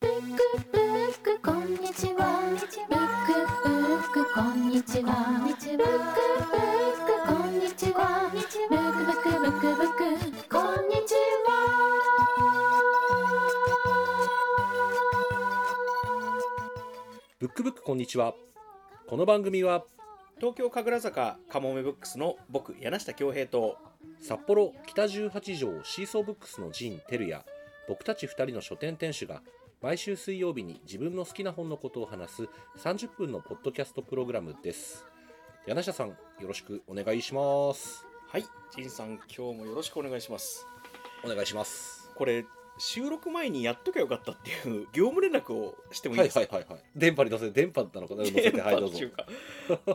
ブックブックこんにちはブックブックこんにちはブックブックこんにちはブックブックブックブックこんにちはブックブックこんにちはこの番組は東京神楽坂かもめブックスの僕柳下恭平と札幌北18条シーソーブックスのジン・テルや僕たち2人の書店店主が毎週水曜日に自分の好きな本のことを話す30分のポッドキャストプログラムです柳下さんよろしくお願いしますはい仁さん今日もよろしくお願いしますお願いしますこれ収録前にやっときゃよかったっていう 業務連絡をしてもいいはいですか、はいはいはい電波に乗せて電波なのかな乗せ てはいどうぞ電波っていう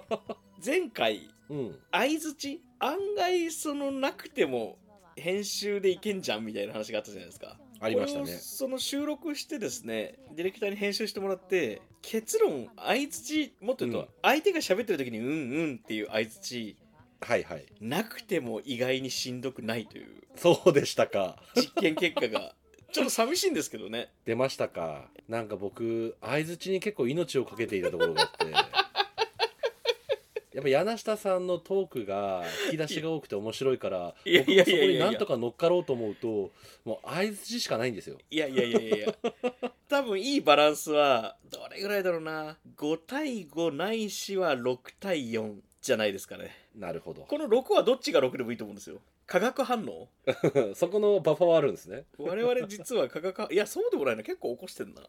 か 前回うん相づち案外そのなくても編集でいけんじゃんみたいな話があったじゃないですかありましたこれをねその収録してですねディレクターに編集してもらって結論相づちもっと言うと、うん相手が喋ってる時にうんうんっていう相づちはいはいなくても意外にしんどくないというそうでしたか実験結果が ちょっと寂しいんですけどね出ましたかなんか僕相づちに結構命をかけていたところがあってやっぱ柳下さんのトークが引き出しが多くて面白いからいやいやいや僕いやいもそこやになんとか乗っかろうと思うともう相づちしかないんですよいやいやいやいやいや多分いいバランスはどれぐらいだろうな5対5ないしは6対4じゃないですかねなるほどこの6はどっちが6でもいいと思うんですよ化学反応 そこのバッファはあるんですね 我々実は化学反いやそうでもないな結構起こしてんな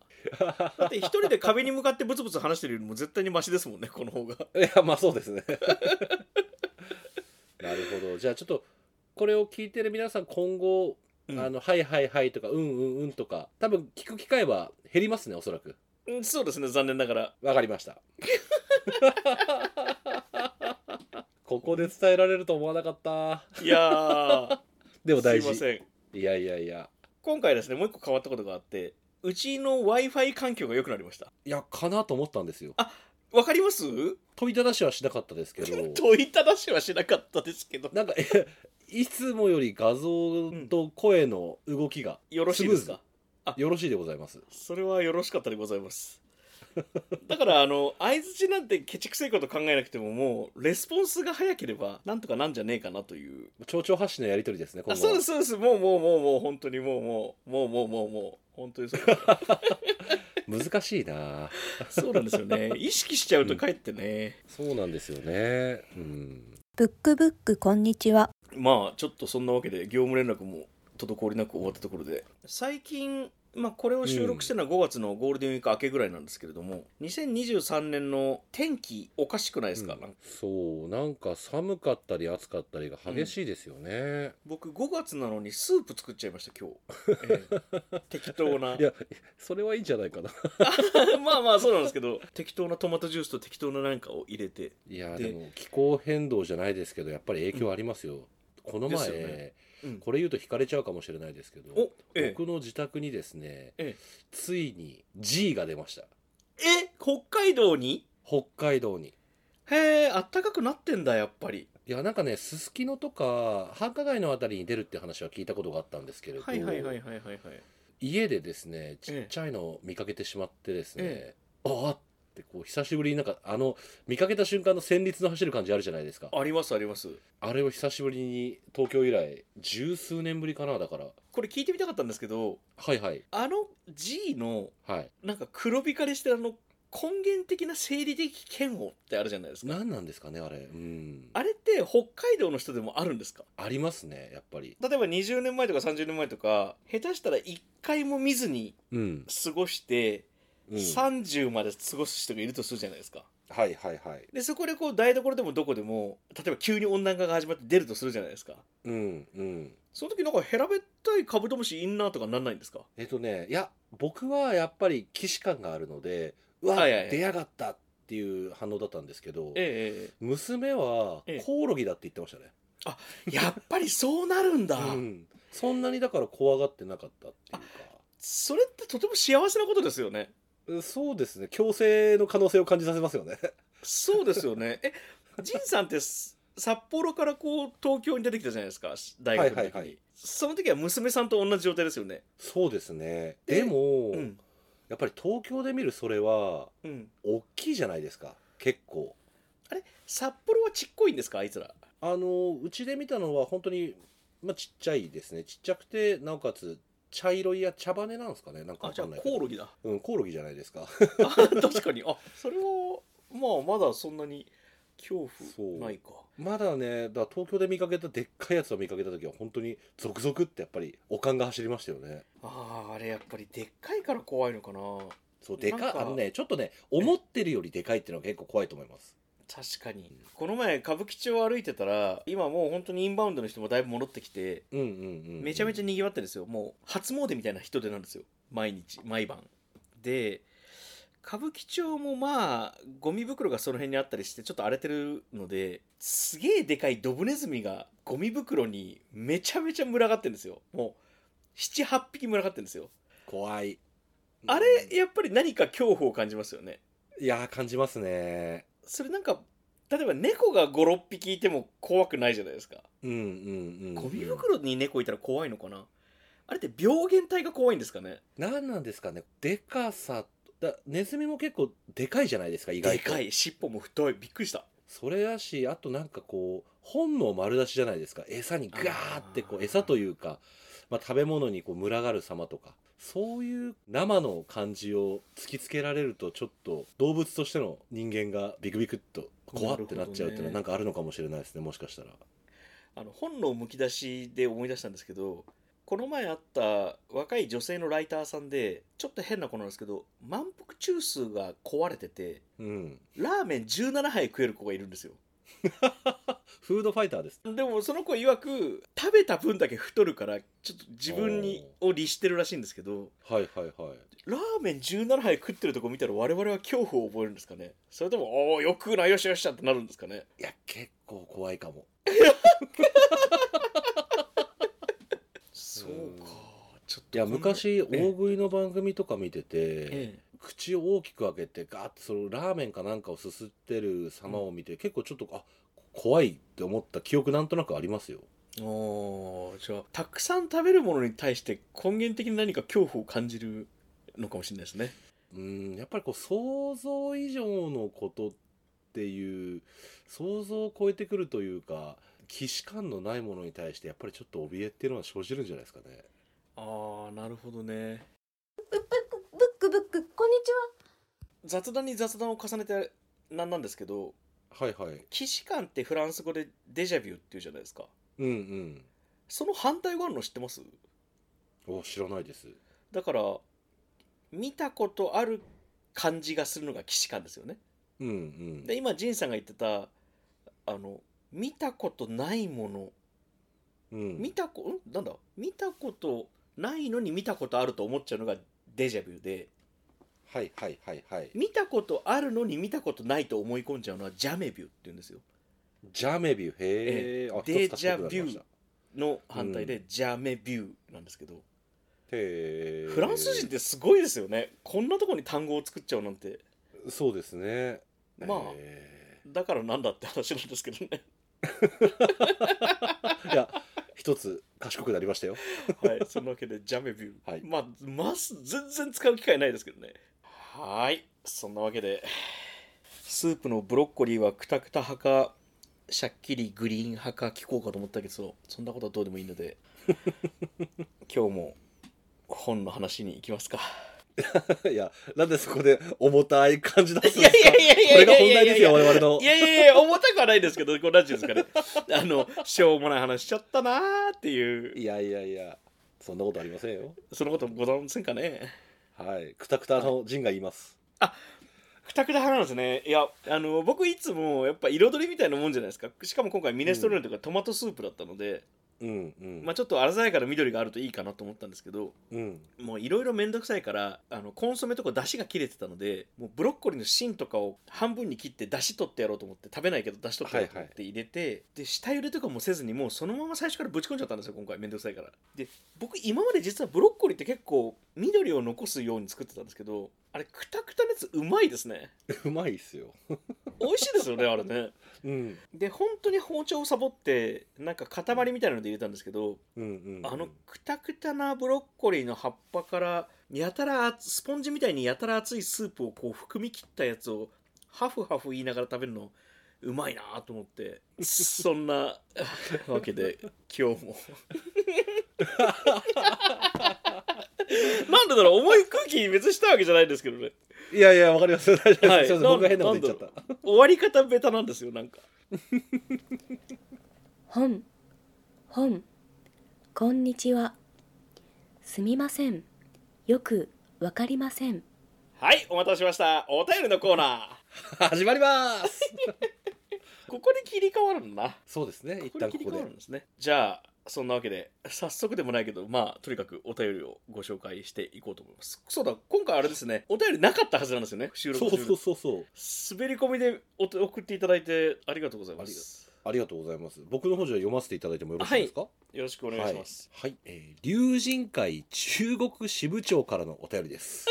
だって一人で壁に向かってブツブツ話してるよりも絶対にマシですもんねこの方がいやまあそうですね なるほどじゃあちょっとこれを聞いてる皆さん今後、うんあのはいはいはいとかうんうんうんとか多分聞く機会は減りますねおそらくうんそうですね残念ながらわかりました。 ここで伝えられると思わなかった。いやーでも大事。すいませんいやいやいや。今回ですねもう一個変わったことがあってうちの w i f i 環境が良くなりましたいや、かなと思ったんですよ。わかります問いただしはしなかったですけ ど、問いただしはしなかったですけどなんか、えいつもより画像と声の動きがよろしいですスムーかよろしいでございます。それはよろしかったでございますだからあの相づちなんてケチくせえこと考えなくてももうレスポンスが早ければなんとかなんじゃねえかなという蝶々発信のやりとりですね、今あ後そうはですそうですもうもうもうもう本当にもうもうもうもうもうもう本当にそう難しいなそうなんですよね意識しちゃうとかえってね、そうなんですよね。うん。ブックブックこんにちはまあちょっとそんなわけで業務連絡も滞りなく終わったところで最近、まあ、これを収録してるのは5月のゴールデンウィーク明けぐらいなんですけれども、2023年の天気おかしくないですか,、うんそう、なんか寒かったり暑かったりが激しいですよね。僕5月なのにスープ作っちゃいました今日、ええ適当ないや、それはいいんじゃないかな。 まあまあそうなんですけど適当なトマトジュースと適当な何かを入れていやーででも気候変動じゃないですけどやっぱり影響ありますよ、この前、ですよねうんこれ言うと引かれちゃうかもしれないですけどおええ僕の自宅にですね、ええついに G が出ましたえ北海道に北海道にへえあったかくなってんだやっぱりいやなんかねすすきのとか繁華街のあたりに出るって話は聞いたことがあったんですけれど、はいはいはいはいはいはい家でですねちっちゃいのを見かけてしまってですね、えああってこう久しぶりになんかあの見かけた瞬間の旋律の走る感じあるじゃないですかありますありますあれを久しぶりに東京以来十数年ぶりかなだからこれ聞いてみたかったんですけどはいはいあの G のはいなんか黒光りしてるあの根源的な生理的嫌悪ってあるじゃないですか何なんですかねあれうんあれって北海道の人でもあるんですかありますねやっぱり例えば20年前とか30年前とか下手したら1回も見ずにうん、過ごしてうん、はい30まで過ごす人がいるとするじゃないですかはいはいでそこでこう台所でもどこでも例えば急に温暖化が始まって出るとするじゃないですかうんうんその時なんかヘラべったいカブトムシインナーとかなんないんですかえっとねいや僕はやっぱり既視感があるのでうわ、はいはいはい出やがったっていう反応だったんですけどえ娘はええコオロギだって言ってましたね、えやっぱりそうなるんだ、うん、そんなにだから怖がってなかったっていうかそれってとても幸せなことですよねうんそうですね強制の可能性を感じさせますよねそうですよねえ仁さんってす札幌からこう東京に出てきたじゃないですか大学の時に、はいはいはいその時は娘さんと同じ状態ですよねそうですねででも、うんやっぱり東京で見るそれはうん、大きいじゃないですか結構札幌はちっこいんですかあいつらあのうちで見たのは本当にまあちっちゃいですねちっちゃくてなおかつ茶色いや茶羽なんですかねなんかあわじかゃあんないけコどオロギだうんコオロギじゃないですか あ 確かにあそれはまあまだそんなに恐そう怖ないかまだねだから東京で見かけたでっかいやつを見かけた時は本当にゾクゾクってやっぱりおかんが走りましたよねあああれやっぱりでっかいから怖いのかなそうでなかんかあのねちょっとね思ってるよりでかいっていうのは結構怖いと思います確かにこの前歌舞伎町を歩いてたら今もう本当にインバウンドの人もだいぶ戻ってきてうんうんうんうんめちゃめちゃにぎわってるんですよもう初詣みたいな人出なんですよ毎日毎晩で歌舞伎町もまあゴミ袋がその辺にあったりしてちょっと荒れてるのですげえでかいドブネズミがゴミ袋にめちゃめちゃ群がってるんですよもう78匹群がってるんですよ怖いあうれんやっぱり何か恐怖を感じますよねいやー感じますねそれなんか例えば猫が56匹いても怖くないじゃないですかうんうんうん、うん、ゴミ袋に猫いたら怖いのかなあれって病原体が怖いんですかね何なんですかねでかさだネズミも結構でかいじゃないですか意外でとかい尻尾も太いびっくりしたそれやしあとなんかこう本能丸出しじゃないですか餌にガーってこあうー餌というか、まあ、食べ物にこう群がる様とかそういう生の感じを突きつけられるとちょっと動物としての人間がビクビクっと怖ってなっちゃうっていうのはななるんかあるのかもしれないですねもしかしたらあの本能むき出しで思い出したんですけどこの前あった若い女性のライターさんでちょっと変な子なんですけど満腹中枢が壊れててうんラーメン17杯食える子がいるんですよフードファイターですでもその子曰く食べた分だけ太るからちょっと自分にを律してるらしいんですけどはいはいはいラーメン17杯食ってるとこ見たら我々は恐怖を覚えるんですかねそれともおおよく食うなよしよしだってなるんですかねいや結構怖いかもそうかちょっいといや昔大食いの番組とか見ててええ口を大きく開けてガーッてそのラーメンかなんかをすすってる様を見て結構ちょっとあ怖いって思った記憶なんとなくありますよおーじゃあたくさん食べるものに対して根源的に何か恐怖を感じるのかもしれないですねうんやっぱりこう想像以上のことっていう想像を超えてくるというか既視感のないものに対してやっぱりちょっと怯えっていうのは生じるんじゃないですかねああなるほどねブックブックこんにちは雑談に雑談を重ねてなんなんですけどはいはい既視感ってフランス語でデジャビューっていうじゃないですかうんうんその反対語あるの知ってますお知らないですだから見たことある感じがするのが既視感ですよねうんうんで今仁さんが言ってたあの見たことないものうん見たこんなんだ見たことないのに見たことあると思っちゃうのがデジャビュではいはいはいはい見たことあるのに見たことないと思い込んじゃうのはジャメビューって言うんですよジャメビュー、へえ、あデ一つ賢くなりましたジャビューの反対でジャメビューなんですけど、へえ。フランス人ってすごいですよねこんなとこに単語を作っちゃうなんてそうですね。まあへだからなんだって話なんですけどねえいや、一つ賢くなりましたよ。 はいそのわけでジャメビュー、はいまあます全然使う機会ないですけどねはいそんなわけでスープのブロッコリーはクタクタ派かシャッキリグリーン派か聞こうかと思ったけどそんなことはどうでもいいの で今日も本の話に行きますかいや、なんでそこで重たい感じ出すんですいかや。いやいやいやこれがい本や題いでやいすよ、や我々のい。やいやいや重たくはないですけどこれ何ていうんですかねあのしょうもない話しちゃったなーっていういやいやいや、そんなことありませんよ。そのことございませんかねはい、くたくたの陣が言います。くたくた派なんですねいやあの僕いつもやっぱ彩りみたいなもんじゃないですかしかも今回ミネストローネとかトマトスープだったので、うんうん。まあ、ちょっと鮮やかな緑があるといいかなと思ったんですけどうん。 もういろいろ面倒くさいからあのコンソメとか出汁が切れてたのでもうブロッコリーの芯とかを半分に切って出汁取ってやろうと思って食べないけど出汁取ってやろうと思って入れて、で下茹でとかもせずにもうそのまま最初からぶち込んじゃったんですよ今回面倒くさいからで僕今まで実はブロッコリーって結構緑を残すように作ってたんですけどあれくたくたのやつうまいですねうまいっすよ美味しいです よねあれねうんで本当に包丁をサボってなんか塊みたいなので入れたんですけどうんうん、うん、あのくたくたなブロッコリーの葉っぱからやたら熱スポンジみたいにやたら熱いスープをこう含み切ったやつをハフハフ言いながら食べるのうまいなと思ってそんな わけで今日 もなんでだろう重い空気に別にしたわけじゃないですけどねいやいやわかります大丈夫です、はいすいませんなん僕が変なこと言っちゃった終わり方ベタなんですよなんか本本こんにちはすみませんよくわかりませんはいお待たせしましたお便りのコーナー 始まりますここで切り替わるんだなそうですね一これ旦切こりこ替わでるんですねじゃあそんなわけで早速でもないけどまあとにかくお便りをご紹介していこうと思いますそうだ今回あれですねお便りなかったはずなんですよね収録そう中そうそうそう滑り込みでお手送っていただいてありがとうございますありがとうございます僕の方じゃ読ませていただいてもよろしいですか、よろしくお願いします、はい、はいえー龍神会中国支部長からのお便りです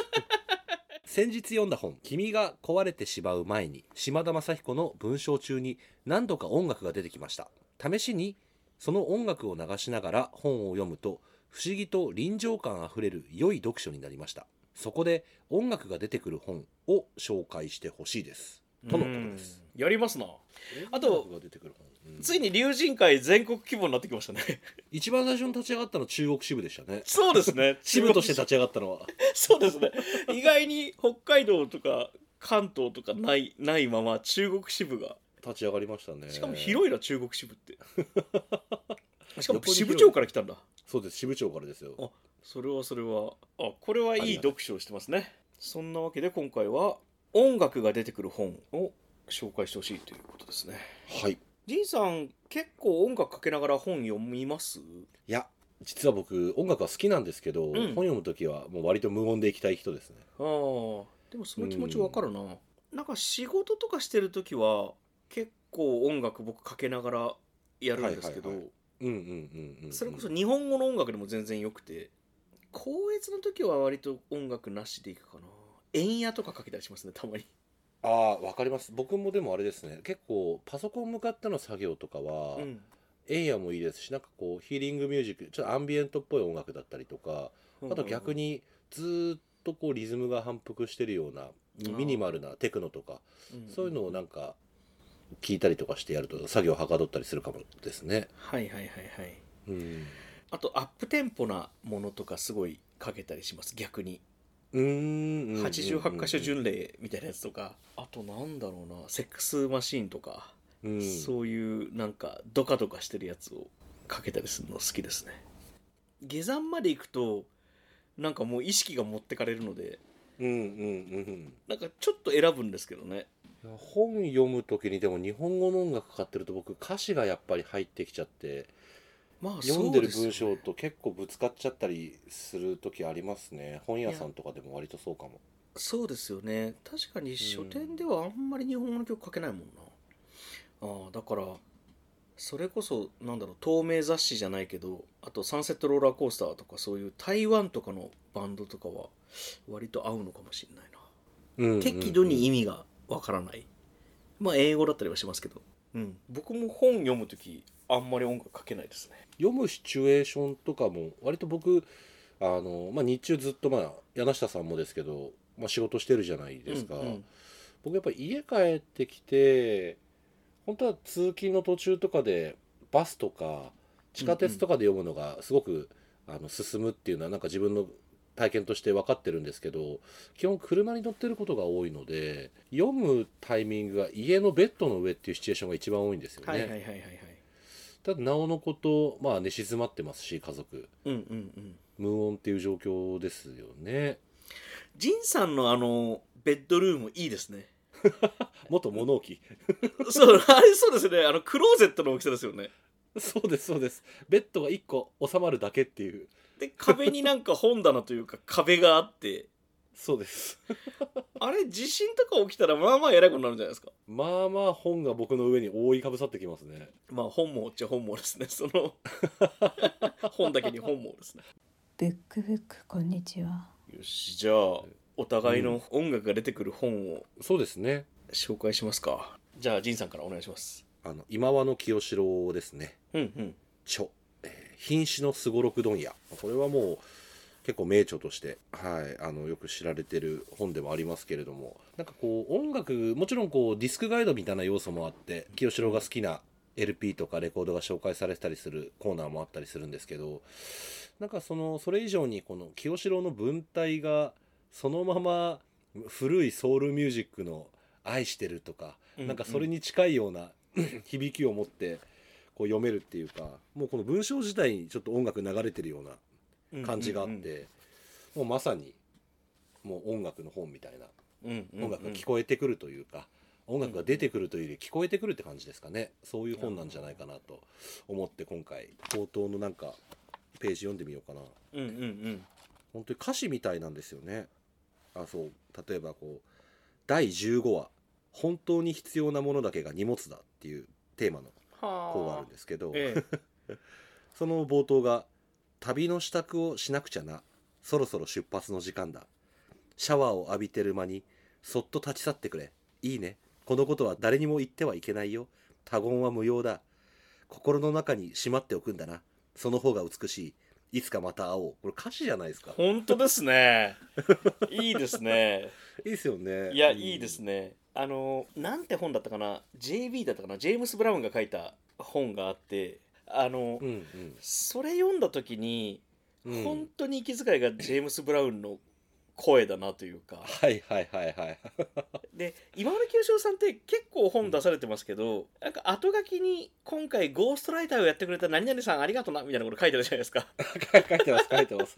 先日読んだ本「君が壊れてしまう前に」島田雅彦の文章中に何度か音楽が出てきました試しにその音楽を流しながら本を読むと不思議と臨場感あふれる良い読書になりましたそこで音楽が出てくる本を紹介してほしいですとのことですうんやりますなあと音楽が出てくる本、うんついに龍神会全国規模になってきまし たね一番最初に立ち上がったのは中国支部でしたねそうですね支部として立ち上がったのは そうですね意外に北海道とか関東とかないないまま中国支部が立ち上がりましたねしかも広いな中国支部 って横しかもに広い支部長から来たんだそうです支部長からですよあそれはそれはあこれはいい読書をしてますねそんなわけで今回は音楽が出てくる本を紹介してほしいということですねはいい仁さん結構音楽かけながら本読みますや実は僕音楽は好きなんですけど、ん本読む時はもう割と無音で行きたい人ですねああでもその気持ちわかるな、なんか仕事とかしてる時は結構音楽僕かけながらやるんですけど、はいはいはうんうんうんうん、うん、それこそ日本語の音楽でも全然よくて高越の時は割と音楽なしでいくかな円野とかかけたりしますねたまにああわかります僕もでもあれですね結構パソコン向かっての作業とかは、うんエイヤもいいですしなんかこうヒーリングミュージックちょっとアンビエントっぽい音楽だったりとかあと逆ににずーっとこうリズムが反復してるようなミニマルなテクノとかそういうのをなんか聞いたりとかしてやると作業はかどったりするかもですね。はいはいはいはいうん。あとアップテンポなものとかすごいかけたりします逆にうーん。 88箇所順巡礼みたいなやつとかあとなんだろうなセックスマシーンとか、うん。そういうなんかドカドカしてるやつをかけたりするの好きですね下山まで行くとなんかもう意識が持ってかれるのでうんうんなんかちょっと選ぶんですけどねうん。本読む時にでも日本語の音楽かかってると僕歌詞がやっぱり入ってきちゃってまあ読んでるそう文すよ章ねと結構ぶつかっちゃったりする時ありますね本屋さんとかでも割とそうかもそうですよね確かに書店ではあんまり日本語の曲書けないもんな、ああだからそれこそなんだろう透明雑誌じゃないけどあとサンセットローラーコースターとかそういう台湾とかのバンドとかは割と合うのかもしれないな、うんうんうん適度に意味がわからないまあ英語だったりはしますけど、うん、僕も本読む時あんまり音楽書けないですね読むシチュエーションとかも割と僕あの、まあ、日中ずっと、まあ、柳下さんもですけど、まあ、仕事してるじゃないですか、うんうん僕やっぱ家帰ってきて本当は通勤の途中とかでバスとか地下鉄とかで読むのがすごく、あの進むっていうのはなんか自分の体験として分かってるんですけど基本車に乗ってることが多いので読むタイミングが家のベッドの上っていうシチュエーションが一番多いんですよね。はいはいはいはいはいただなおのこと、まあ、寝静まってますし家族うんうんうん無音っていう状況ですよね仁さんのあのベッドルームいいですね元物置そう、 あれそうですよね。あの、クローゼットの大きさですよね。そうですそうですベッドが1個収まるだけっていうで、壁になんか本棚というか 壁があって、そうですあれ地震とか起きたらまあまあ偉くなるんじゃないですか。まあまあ本が僕の上に覆いかぶさってきますねまあ本望っちゃ本望ですね。その 本だけに本望ですね。ブックブックこんにちはよし、じゃあお互いの音楽が出てくる本をそうですね紹介しますか、じゃあ仁さんからお願いしますあの今和の清志郎ですねうんうん著、えー瀕死のすごろく問屋これはもう結構名著として、はい、あのよく知られてる本ではありますけれどもなんかこう音楽もちろんこうディスクガイドみたいな要素もあって清志郎が好きな LP とかレコードが紹介されてたりするコーナーもあったりするんですけどなんかそのそれ以上にこの清志郎の文体がそのまま古いソウルミュージックの「愛してる」とか、うんなんかそれに近いよう な響きを持ってこう読めるっていうかもうこの文章自体にちょっと音楽流れてるような感じがあって、もうまさにもう音楽の本みたいなうんうんうん音楽が聞こえてくるというか、音楽が出てくるというより聞こえてくるって感じですかねそういう本なんじゃないかなと思って今回冒頭のなんかページ読んでみようかなうんうんうん本当に歌詞みたいなんですよねあそう例えばこう第15話「本当に必要なものだけが荷物だ」っていうテーマの項があるんですけど、ええその冒頭が「旅の支度をしなくちゃなそろそろ出発の時間だシャワーを浴びてる間にそっと立ち去ってくれいいねこのことは誰にも言ってはいけないよ他言は無用だ心の中にしまっておくんだなその方が美しいいつかまた会おう」これ歌詞じゃないですかい本当で すねいいですねいですよねいや、うんいいですね。あの、なんて本だったかな、JB だったかな、ジェームス・ブラウンが書いた本があって、あの、うんうんそれ読んだ時に、うん本当に息遣いがジェームス・ブラウンの声だなというか、はいはいはいはいで、今村清志郎さんって結構本出されてますけど、なんか後書きに、今回ゴーストライターをやってくれた何々さんありがとうな、みたいなこと書いてあるじゃないで すか。書いてます書いて ます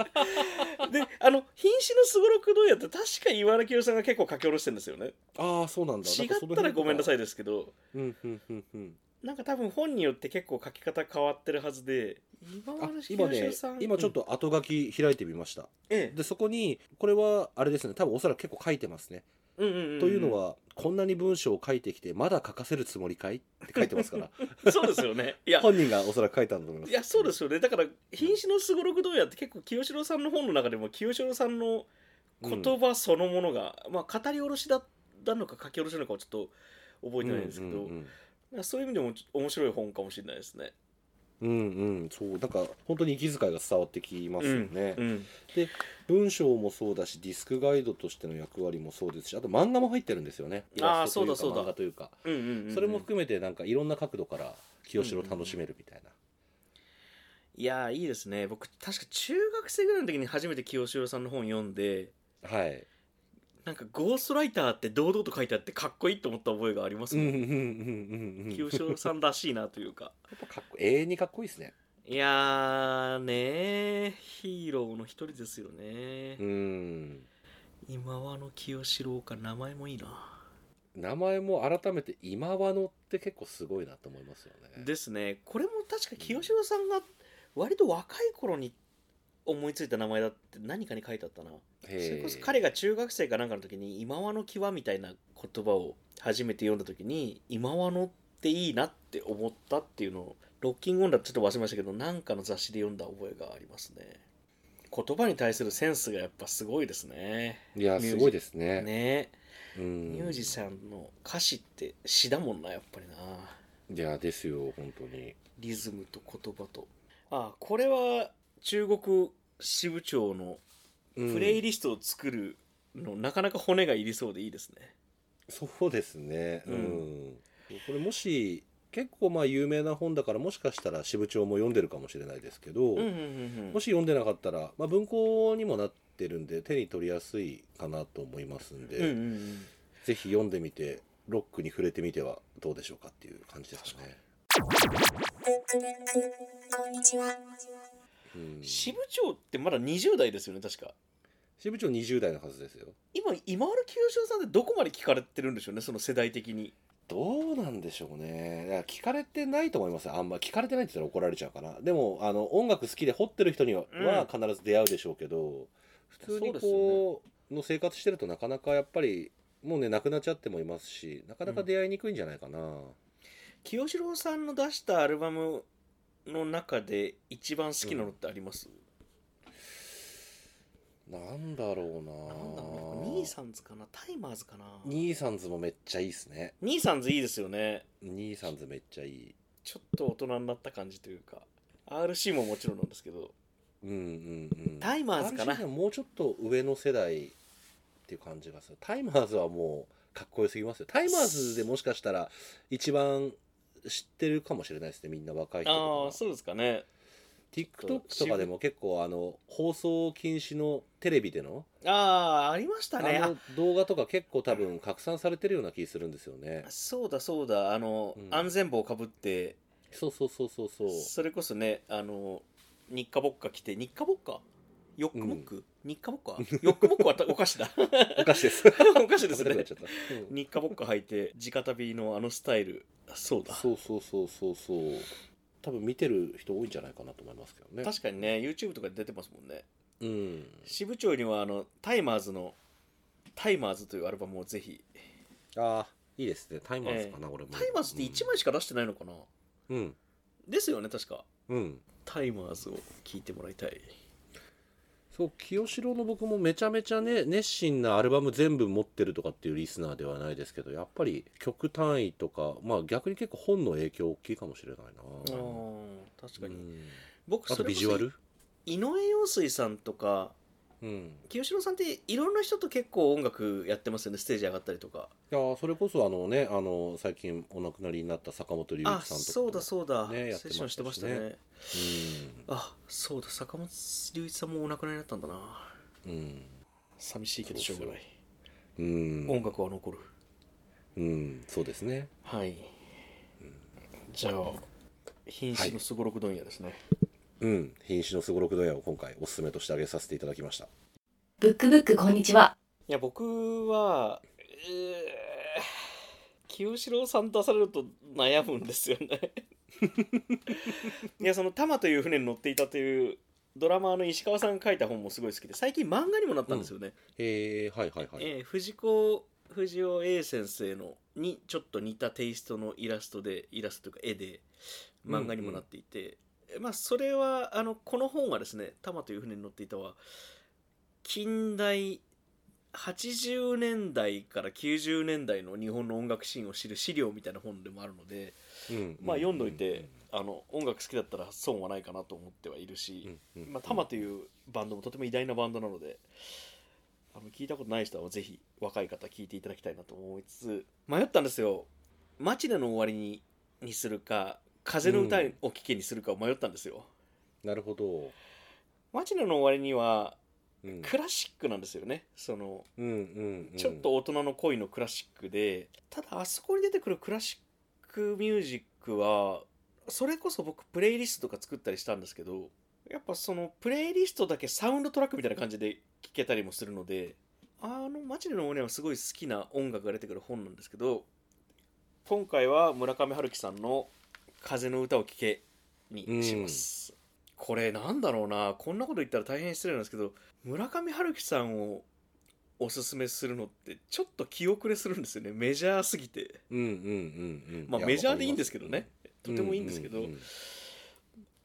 で、あの、瀕死のすごろくどうやって確か今村清志郎さんが結構書き下ろしてるんですよね。ああそうなんだ違ったらごめんなさいいですけど、うんうんうんうんなんか多分本によって結構書き方変わってるはずで今あ丸今清ね志さん、今ちょっ、と後書き開いてみました、うんええでそこにこれはあれですね多分おそらく結構書いてますね、うんうんんというのはこんなに文章を書いてきてまだ書かせるつもりかいって書いてます からそうですよねいや本人がおそらく書いたんだと思いますいやそうですよねだから「瀕死のすごろくどうや」って結構清志郎さんの本の中でも清志郎さんの言葉そのものが、まあ語り下ろしだったのか書き下ろしなのかはちょっと覚えてないんですけうど、んうんうんなんかそういう意味でもちょ面白い本かもしれないですね。うんうんそうなんか本当に息遣いが伝わってきますよね、うん文章もそうだしディスクガイドとしての役割もそうですしあと漫画も入ってるんですよねイあーラストといかそうだそうだ漫画というかうんうんうんうんそれも含めてなんかいろんな角度から清志郎を楽しめるみたいな、いやいいですね僕確か中学生ぐらいの時に初めて清志郎さんの本読んではいなんかゴーストライターって堂々と書いてあってかっこいいと思った覚えがありますうんもうんうん、んうんうん清志郎さんらしいなというかやっぱかっこ永遠にかっこいいですねいやーねーヒーローの一人ですよね、うん今はの清志郎か名前もいいな、名前も改めて今和のって結構すごいなと思いますよねですねこれも確か清志郎さんが割と若い頃に思いついた名前だって何かに書いてあったなへーそれこそ彼が中学生かなんかの時に「今和の際」みたいな言葉を初めて読んだ時に「今和のっていいな」って思ったっていうのをロッキングオンだってちょっと忘れましたけどなんかの雑誌で読んだ覚えがありますね言葉に対するセンスがやっぱすごいですねいやミュージすごいですねねうえんミュージシャンの歌詞って詩だもんなやっぱりないやですよ本当にリズムと言葉とあこれは中国支部長のプレイリリストを作るの、なかなか骨がいりそうでいいですねそうですねううんん、これもし結構まあ有名な本だからもしかしたら支部長も読んでるかもしれないですけど、うんうんうんうんもし読んでなかったら、まあ、文庫にもなってるんで手に取りやすいかなと思いますんで、うんうんうんぜひ読んでみてロックに触れてみてはどうでしょうかっていう感じですかね。うん支部長ってまだ20代ですよね確か支部長20代のはずですよ。今今原清志郎さんってどこまで聞かれてるんでしょうねその世代的にどうなんでしょうね。いや聞かれてないと思いますよあんま聞かれてないって言ったら怒られちゃうかな。でもあの音楽好きで掘ってる人には,、うんは必ず出会うでしょうけど普通にこうの生活してるとなかなかやっぱりもうねなくなっちゃってもいますしなかなか出会いにくいんじゃないかな。清志郎さんの出したアルバムの中で一番好きなのってあります、なんだろうななんだろうな、ニーサンズかな、タイマーズかな。ニーサンズもめっちゃいいっすねニーサンズいいですよね。ニーサンズめっちゃいいちょっと大人になった感じというか、RC ももちろんなんですけど、うんうんうんタイマーズかな RC でももうちょっと上の世代っていう感じがするタイマーズはもうかっこよすぎますよタイマーズでもしかしたら一番知ってるかもしれないですねみんな若い人ああ、とかそうですかね。が TikTok とかでも結構あの放送禁止のテレビでのああ、ありましたあね。あの動画とか結構多分拡散されてるような気するんですよねそうだそうだ、あの、うん安全帽かぶって、そうそうそうそうそうそれこそね、あの、日課ぼっか着て、日課ぼっかヨックモック、日課ぼっかヨックモックはたお菓子だ。おかしいです お菓子です食べたね くなっち。ゃったうん日課ぼっか履いて、直旅のあのスタイル、そうだ。そうそうそうそうそう多分見てる人多いんじゃないかなと思いますけどね確かにね、YouTube とかで出てますもんね。うん支部長にはあのタイマーズの「タイマーズ」というアルバムをぜひああいいですねタイマーズかな、俺もタイマーズって1枚しか出してないのかな、うんですよね確かうん、うんタイマーズを聴いてもらいたいそう清志郎の僕もめちゃめちゃね熱心なアルバム全部持ってるとかっていうリスナーではないですけどやっぱり曲単位とかまあ逆に結構本の影響大きいかもしれないあなー確かに、うん僕あとそれこビそジュアル井上陽水さんとかうん清志郎さんっていろんな人と結構音楽やってますよねステージ上がったりとかいやーそれこそあのねあの最近お亡くなりになった坂本龍一さんあとかもそうだそうだ、ねやってセッションしてままししたたねねあそうだ坂本龍一さんもお亡くなりになったんだなうんうん寂しいけどしょうがないうん音楽は残るうん、そうですね。はい。じゃあ、瀕死のすごろく問屋ですね。うん、瀕死のすごろくドヤを今回おすすめとしてあげさせていただきました。ブックブックこんにちは。い、や、僕は、えー清志郎さん出されると悩むんですよ ね。いや、その、タマという船に乗っていたという、ドラマーの石川さんが書いた本もすごい好きで、最近漫画にもなったんですよね。えー、はいはいはい。えー藤子藤尾 A 先生のにちょっと似たテイストのイラストでイラストというか絵で漫画にもなっていて、まあそれはあのこの本はですね「タマという船に乗っていたは」近代80年代から90年代の日本の音楽シーンを知る資料みたいな本でもあるので、うんまあ読んどいて、あの音楽好きだったら損はないかなと思ってはいるし、うんうんうんまあ、タマというバンドもとても偉大なバンドなので、あの、聞いたことない人はぜひ若い方聞いていただきたいなと思いつつ、迷ったんですよ。マチネの終わりににするか、風の歌を聴けにするかを迷ったんですよ。なるほど。マチネの終わりにはうん、クラシックなんですよね。その、うんうん、うんちょっと、大人の恋のクラシックで、ただあそこに出てくるクラシックミュージックは、それこそ僕プレイリストとか作ったりしたんですけど、やっぱそのプレイリストだけサウンドトラックみたいな感じで聴けたりもするので、あのマチネの俺はすごい好きな音楽が出てくる本なんですけど、今回は村上春樹さんの風の歌を聴けにします。これなんだろうな、こんなこと言ったら大変失礼なんですけど、村上春樹さんをおすすめするのってちょっと気遅れするんですよねメジャーすぎてうんうんうんうん。まあやメジャーでいいんですけどね、わかりますとてもいいんですけど、うううん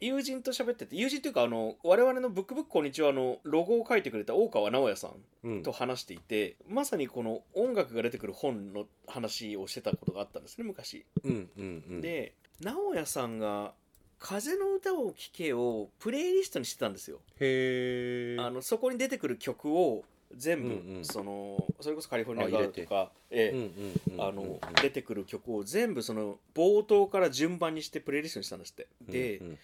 友人と喋ってて友人というかあの我々の「ブックブックこんにちは」のロゴを書いてくれた大川直也さんうんうんと話していて、まさにこの音楽が出てくる本の話をしてたことがあったんですね昔、うんうんうん、で直也さんが「風の歌を聴け」をプレイリストにしてたんですよへーあのそこに出てくる曲を全部、うんうんそのそれこそカリフォルニアガールとあか、えうんえうんうんうんあうんうんの出てくる曲を全部その冒頭から順番にしてプレイリストにしたんですってでうんうんうん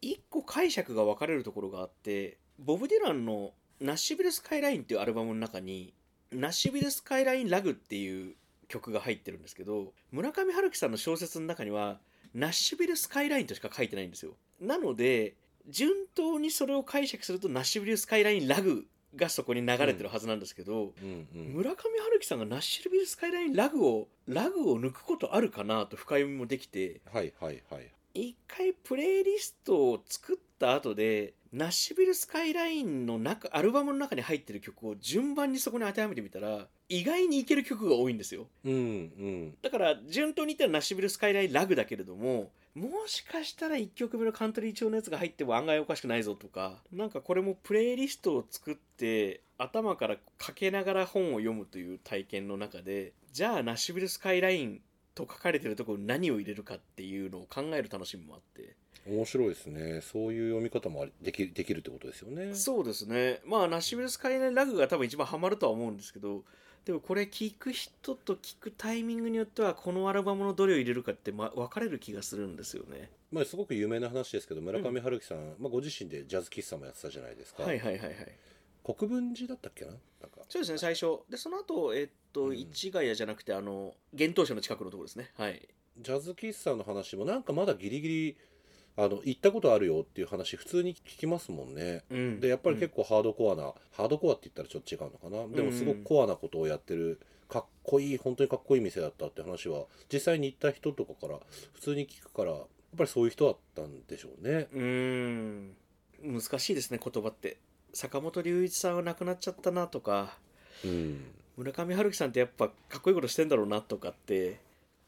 一個解釈が分かれるところがあってボブ・ディランの「ナッシュビル・スカイライン」っていうアルバムの中に「ナッシュビル・スカイライン・ラグ」っていう曲が入ってるんですけど村上春樹さんの小説の中には「ナッシュビル・スカイライン」としか書いてないんですよなので順当にそれを解釈すると「ナッシュビル・スカイライン・ラグ」がそこに流れてるはずなんですけど、うんうん村上春樹さんがナッシュビルスカイラインラグをラグを抜くことあるかなと深読みもできてはいはいはい一回プレイリストを作った後でナッシュビルスカイラインの中、アルバムの中に入ってる曲を順番にそこに当てはめてみたら、意外にいける曲が多いんですよ。うんうんだから、順当に言ったらナッシュビルスカイラインラグだけれども、もしかしたら1曲目のカントリー調のやつが入っても案外おかしくないぞとか、なんかこれもプレイリストを作って、頭からかけながら本を読むという体験の中で、じゃあナッシュビルスカイラインと書かれてるところに何を入れるかっていうのを考える楽しみもあって。面白いですねそういう読み方もありできできるってことですよねそうですね。まあ、ナッシュビルスカイラインラグが多分一番ハマるとは思うんですけど、でもこれ聞く人と聞くタイミングによっては、このアルバムのどれを入れるかって、ま、分かれる気がするんですよね。まあ、すごく有名な話ですけど村上春樹さん、まあ、ご自身でジャズ喫茶もやってたじゃないですか、はいはいはいはい。国分寺だったっけななんかそうですね、最初。で、その後、えっと、うん市ヶ谷じゃなくて、あの、幻冬舎の近くのところですね。はい。ジャズ喫茶の話もなんかまだギリギリあの行ったことあるよっていう話普通に聞きますもんね。うんでやっぱり結構ハードコアな、ハードコアって言ったらちょっと違うのかなでもすごくコアなことをやってるかっこいい本当にかっこいい店だったって話は実際に行った人とかから普通に聞くからやっぱりそういう人だったんでしょうね。うーん難しいですね言葉って坂本龍一さんは亡くなっちゃったなとかうん、村上春樹さんってやっぱかっこいいことしてんだろうなとかって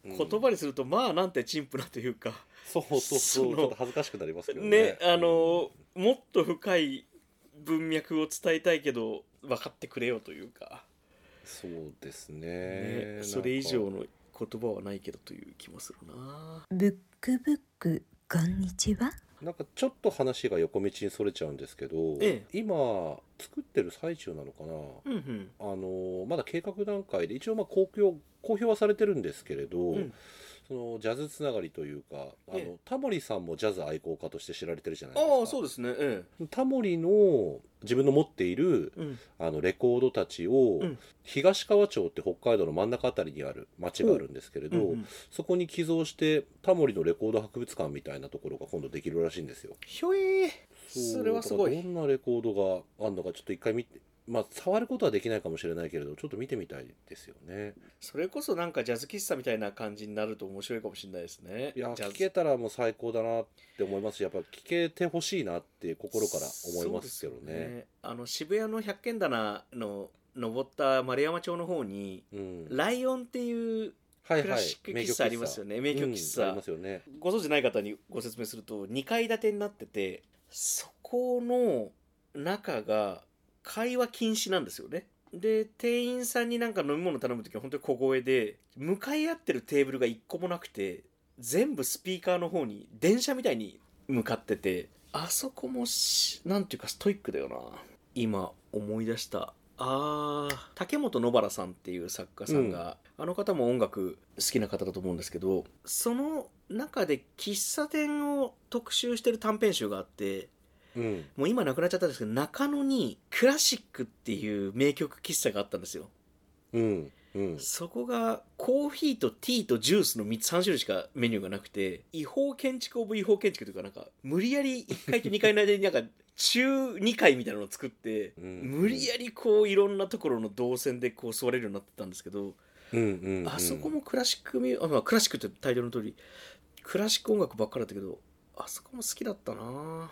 うん言葉にするとまあなんて陳腐なというか、そうそうそうそのちょっと恥ずかしくなりますけどねね。あのもっと深い文脈を伝えたいけど分かってくれよというか、そうですねね。それ以上なんかの言葉はないけどという気もするなブックブックこんにちはなんかちょっと話が横道にそれちゃうんですけど、ええ今作ってる最中なのかな、うんうんあのまだ計画段階で一応まあ公表公表はされてるんですけれど、うんそのジャズつながりというかあの、ええタモリさんもジャズ愛好家として知られてるじゃないですかああそうですねえタモリの自分の持っているえうんあのレコードたちを、うん東川町って北海道の真ん中あたりにある町があるんですけれど、うんうんそこに寄贈してタモリのレコード博物館みたいなところが今度できるらしいんですよ。ひょえーそうそれはすごいだからどんなレコードがあるのかちょっと一回見てまあ触ることはできないかもしれないけれどちょっと見てみたいですよねそれこそなんかジャズ喫茶みたいな感じになると面白いかもしれないですね。いやジャ聞ズけたらもう最高だなって思いますしやっぱ聞けてほしいなって心から思いますけどそうですよねあの渋谷の百軒棚の登った丸山町の方に、うんライオンっていうはいはいクラシック喫茶ありますよね。名名曲曲喫喫茶、茶、うんありますよねご存知ない方にご説明すると、2階建てになってて、そこの中が会話禁止なんですよね。で、店員さんになんか飲み物頼むときは本当に小声で、向かい合ってるテーブルが1個もなくて、全部スピーカーの方に電車みたいに向かってて、あそこもし、なんていうかストイックだよな。今思い出した。あー竹本野原さんっていう作家さんが、あの方も音楽好きな方だと思うんですけどその中で喫茶店を特集してる短編集があってうんもう今なくなっちゃったんですけど中野にクラシックっていう名曲喫茶があったんですようんうんそこがコーヒーとティーとジュースの3つ3種類しかメニューがなくて違法建築オブ違法建築というかなんか無理やり1階と2階の間になんか中2階みたいなのを作って、うん無理やりこういろんなところの動線でこう座れるようになってたんですけど、うんうんうんあそこもクラシックミューあ、まあ、クラシックってタイトルの通りクラシック音楽ばっかりだったけどあそこも好きだったな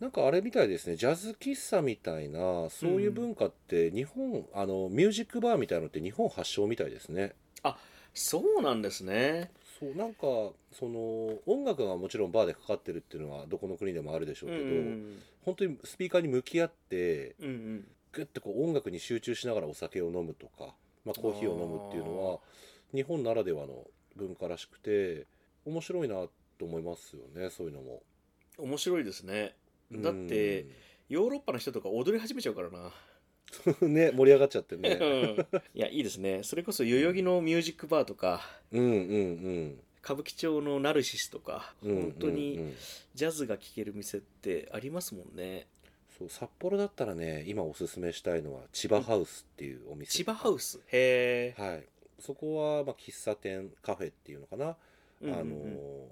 なんかあれみたいですねジャズ喫茶みたいなそういう文化って日本、あのミュージックバーみたいのって日本発祥みたいですねそうなんですねそうなんかその音楽がもちろんバーでかかってるっていうのはどこの国でもあるでしょううけど、ん本当にスピーカーに向き合ってうんうんグッとこう音楽に集中しながらお酒を飲むとか、まあ、コーヒーを飲むっていうのは日本ならではの文化らしくて面白いなと思いますよねそういうのも。面白いですねだってヨーロッパの人とか踊り始めちゃうからなうん ね盛り上がっちゃってね。 うんいやいいですねそれこそ代々木のミュージックバーとかうんうん歌舞伎町のナルシスとか、うんうんうん本当うにんジャズが聴ける店ってありますもんねそう札幌だったらね今おすすめしたいのは千葉ハウスっていうお店千葉ハウスへえ、はい、そこはまあ喫茶店カフェっていうのかな、うんうんうんあの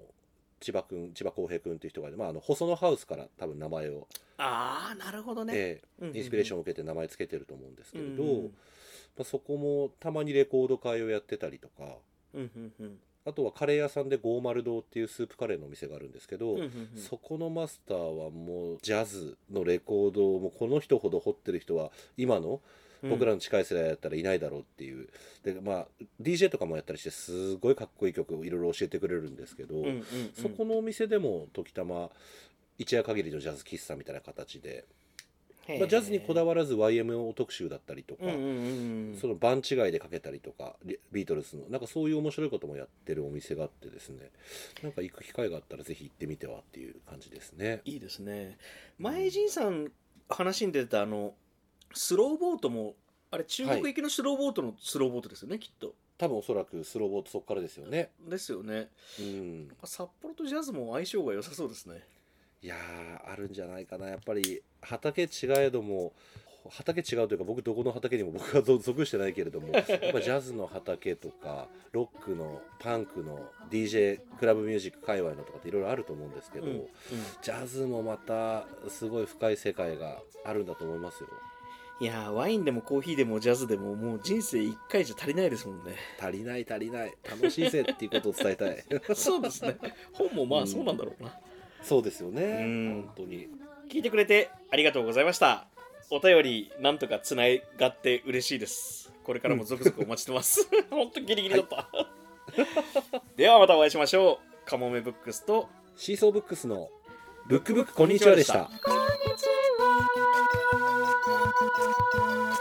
千葉君千葉浩平君っていう人が、まあ、あの細野ハウスから多分名前を、ああなるほどね、ええインスピレーションンを受けて名前つけてると思うんですけれど、うんうんまあ、そこもたまにレコード会をやってたりとかうんうんうんあとはカレー屋さんで50堂っていうスープカレーのお店があるんですけど、うんうんうんそこのマスターはもうジャズのレコードをもうこの人ほど掘ってる人は今の僕らの近い世代だったらいないだろうっていう、でまあ DJ とかもやったりしてすごいかっこいい曲をいろいろ教えてくれるんですけど、うんうんうんそこのお店でも時たま一夜限りのジャズ喫茶みたいな形で、まあ、ジャズにこだわらず YMO 特集だったりとか、うんうんうんうんその番違いでかけたりとかリビートルズのなんかそういう面白いこともやってるお店があってですねなんか行く機会があったらぜひ行ってみてはっていう感じですねいいですね前陣さん話に出てたあのスローボートもあれ中国行きのスローボートのスローボートですよね、きっと多分おそらくスローボートそこからですよねですよねうん札幌とジャズも相性が良さそうですねいやーあるんじゃないかなやっぱり畑違えども畑違うというか僕どこの畑にも 僕はぞ属してないけれどもやっぱジャズの畑とかロックのパンクの DJ クラブミュージック界隈のとかっていろいろあると思うんですけど、うんうんジャズもまたすごい深い世界があるんだと思いますよいやーワインでもコーヒーでもジャズでももう人生1回じゃ足りないですもんね足りない足りない楽しいぜっていうことを伝えたい そうですね本もまあそうなんだろうな、そうですよねうん本当に聞いてくれてありがとうございましたお便りなんとかつながって嬉しいですこれからも続々お待ちしてます ほんとギリギリだった、 ではまたお会いしましょうカモメブックスとシーソーブックスのブックブックこんにちはでしたこんにちは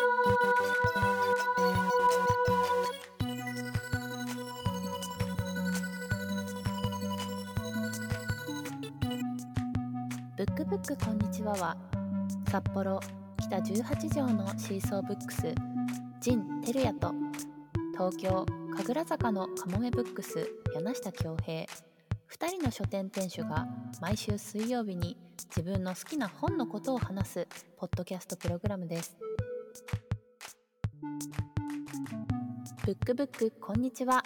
ブックブックこんにちはは札幌北18条のシーソーブックスジン・テルヤと東京神楽坂のカモメブックス柳下恭平2人の書店店主が毎週水曜日に自分の好きな本のことを話すポッドキャストプログラムです。ブックブックこんにちは。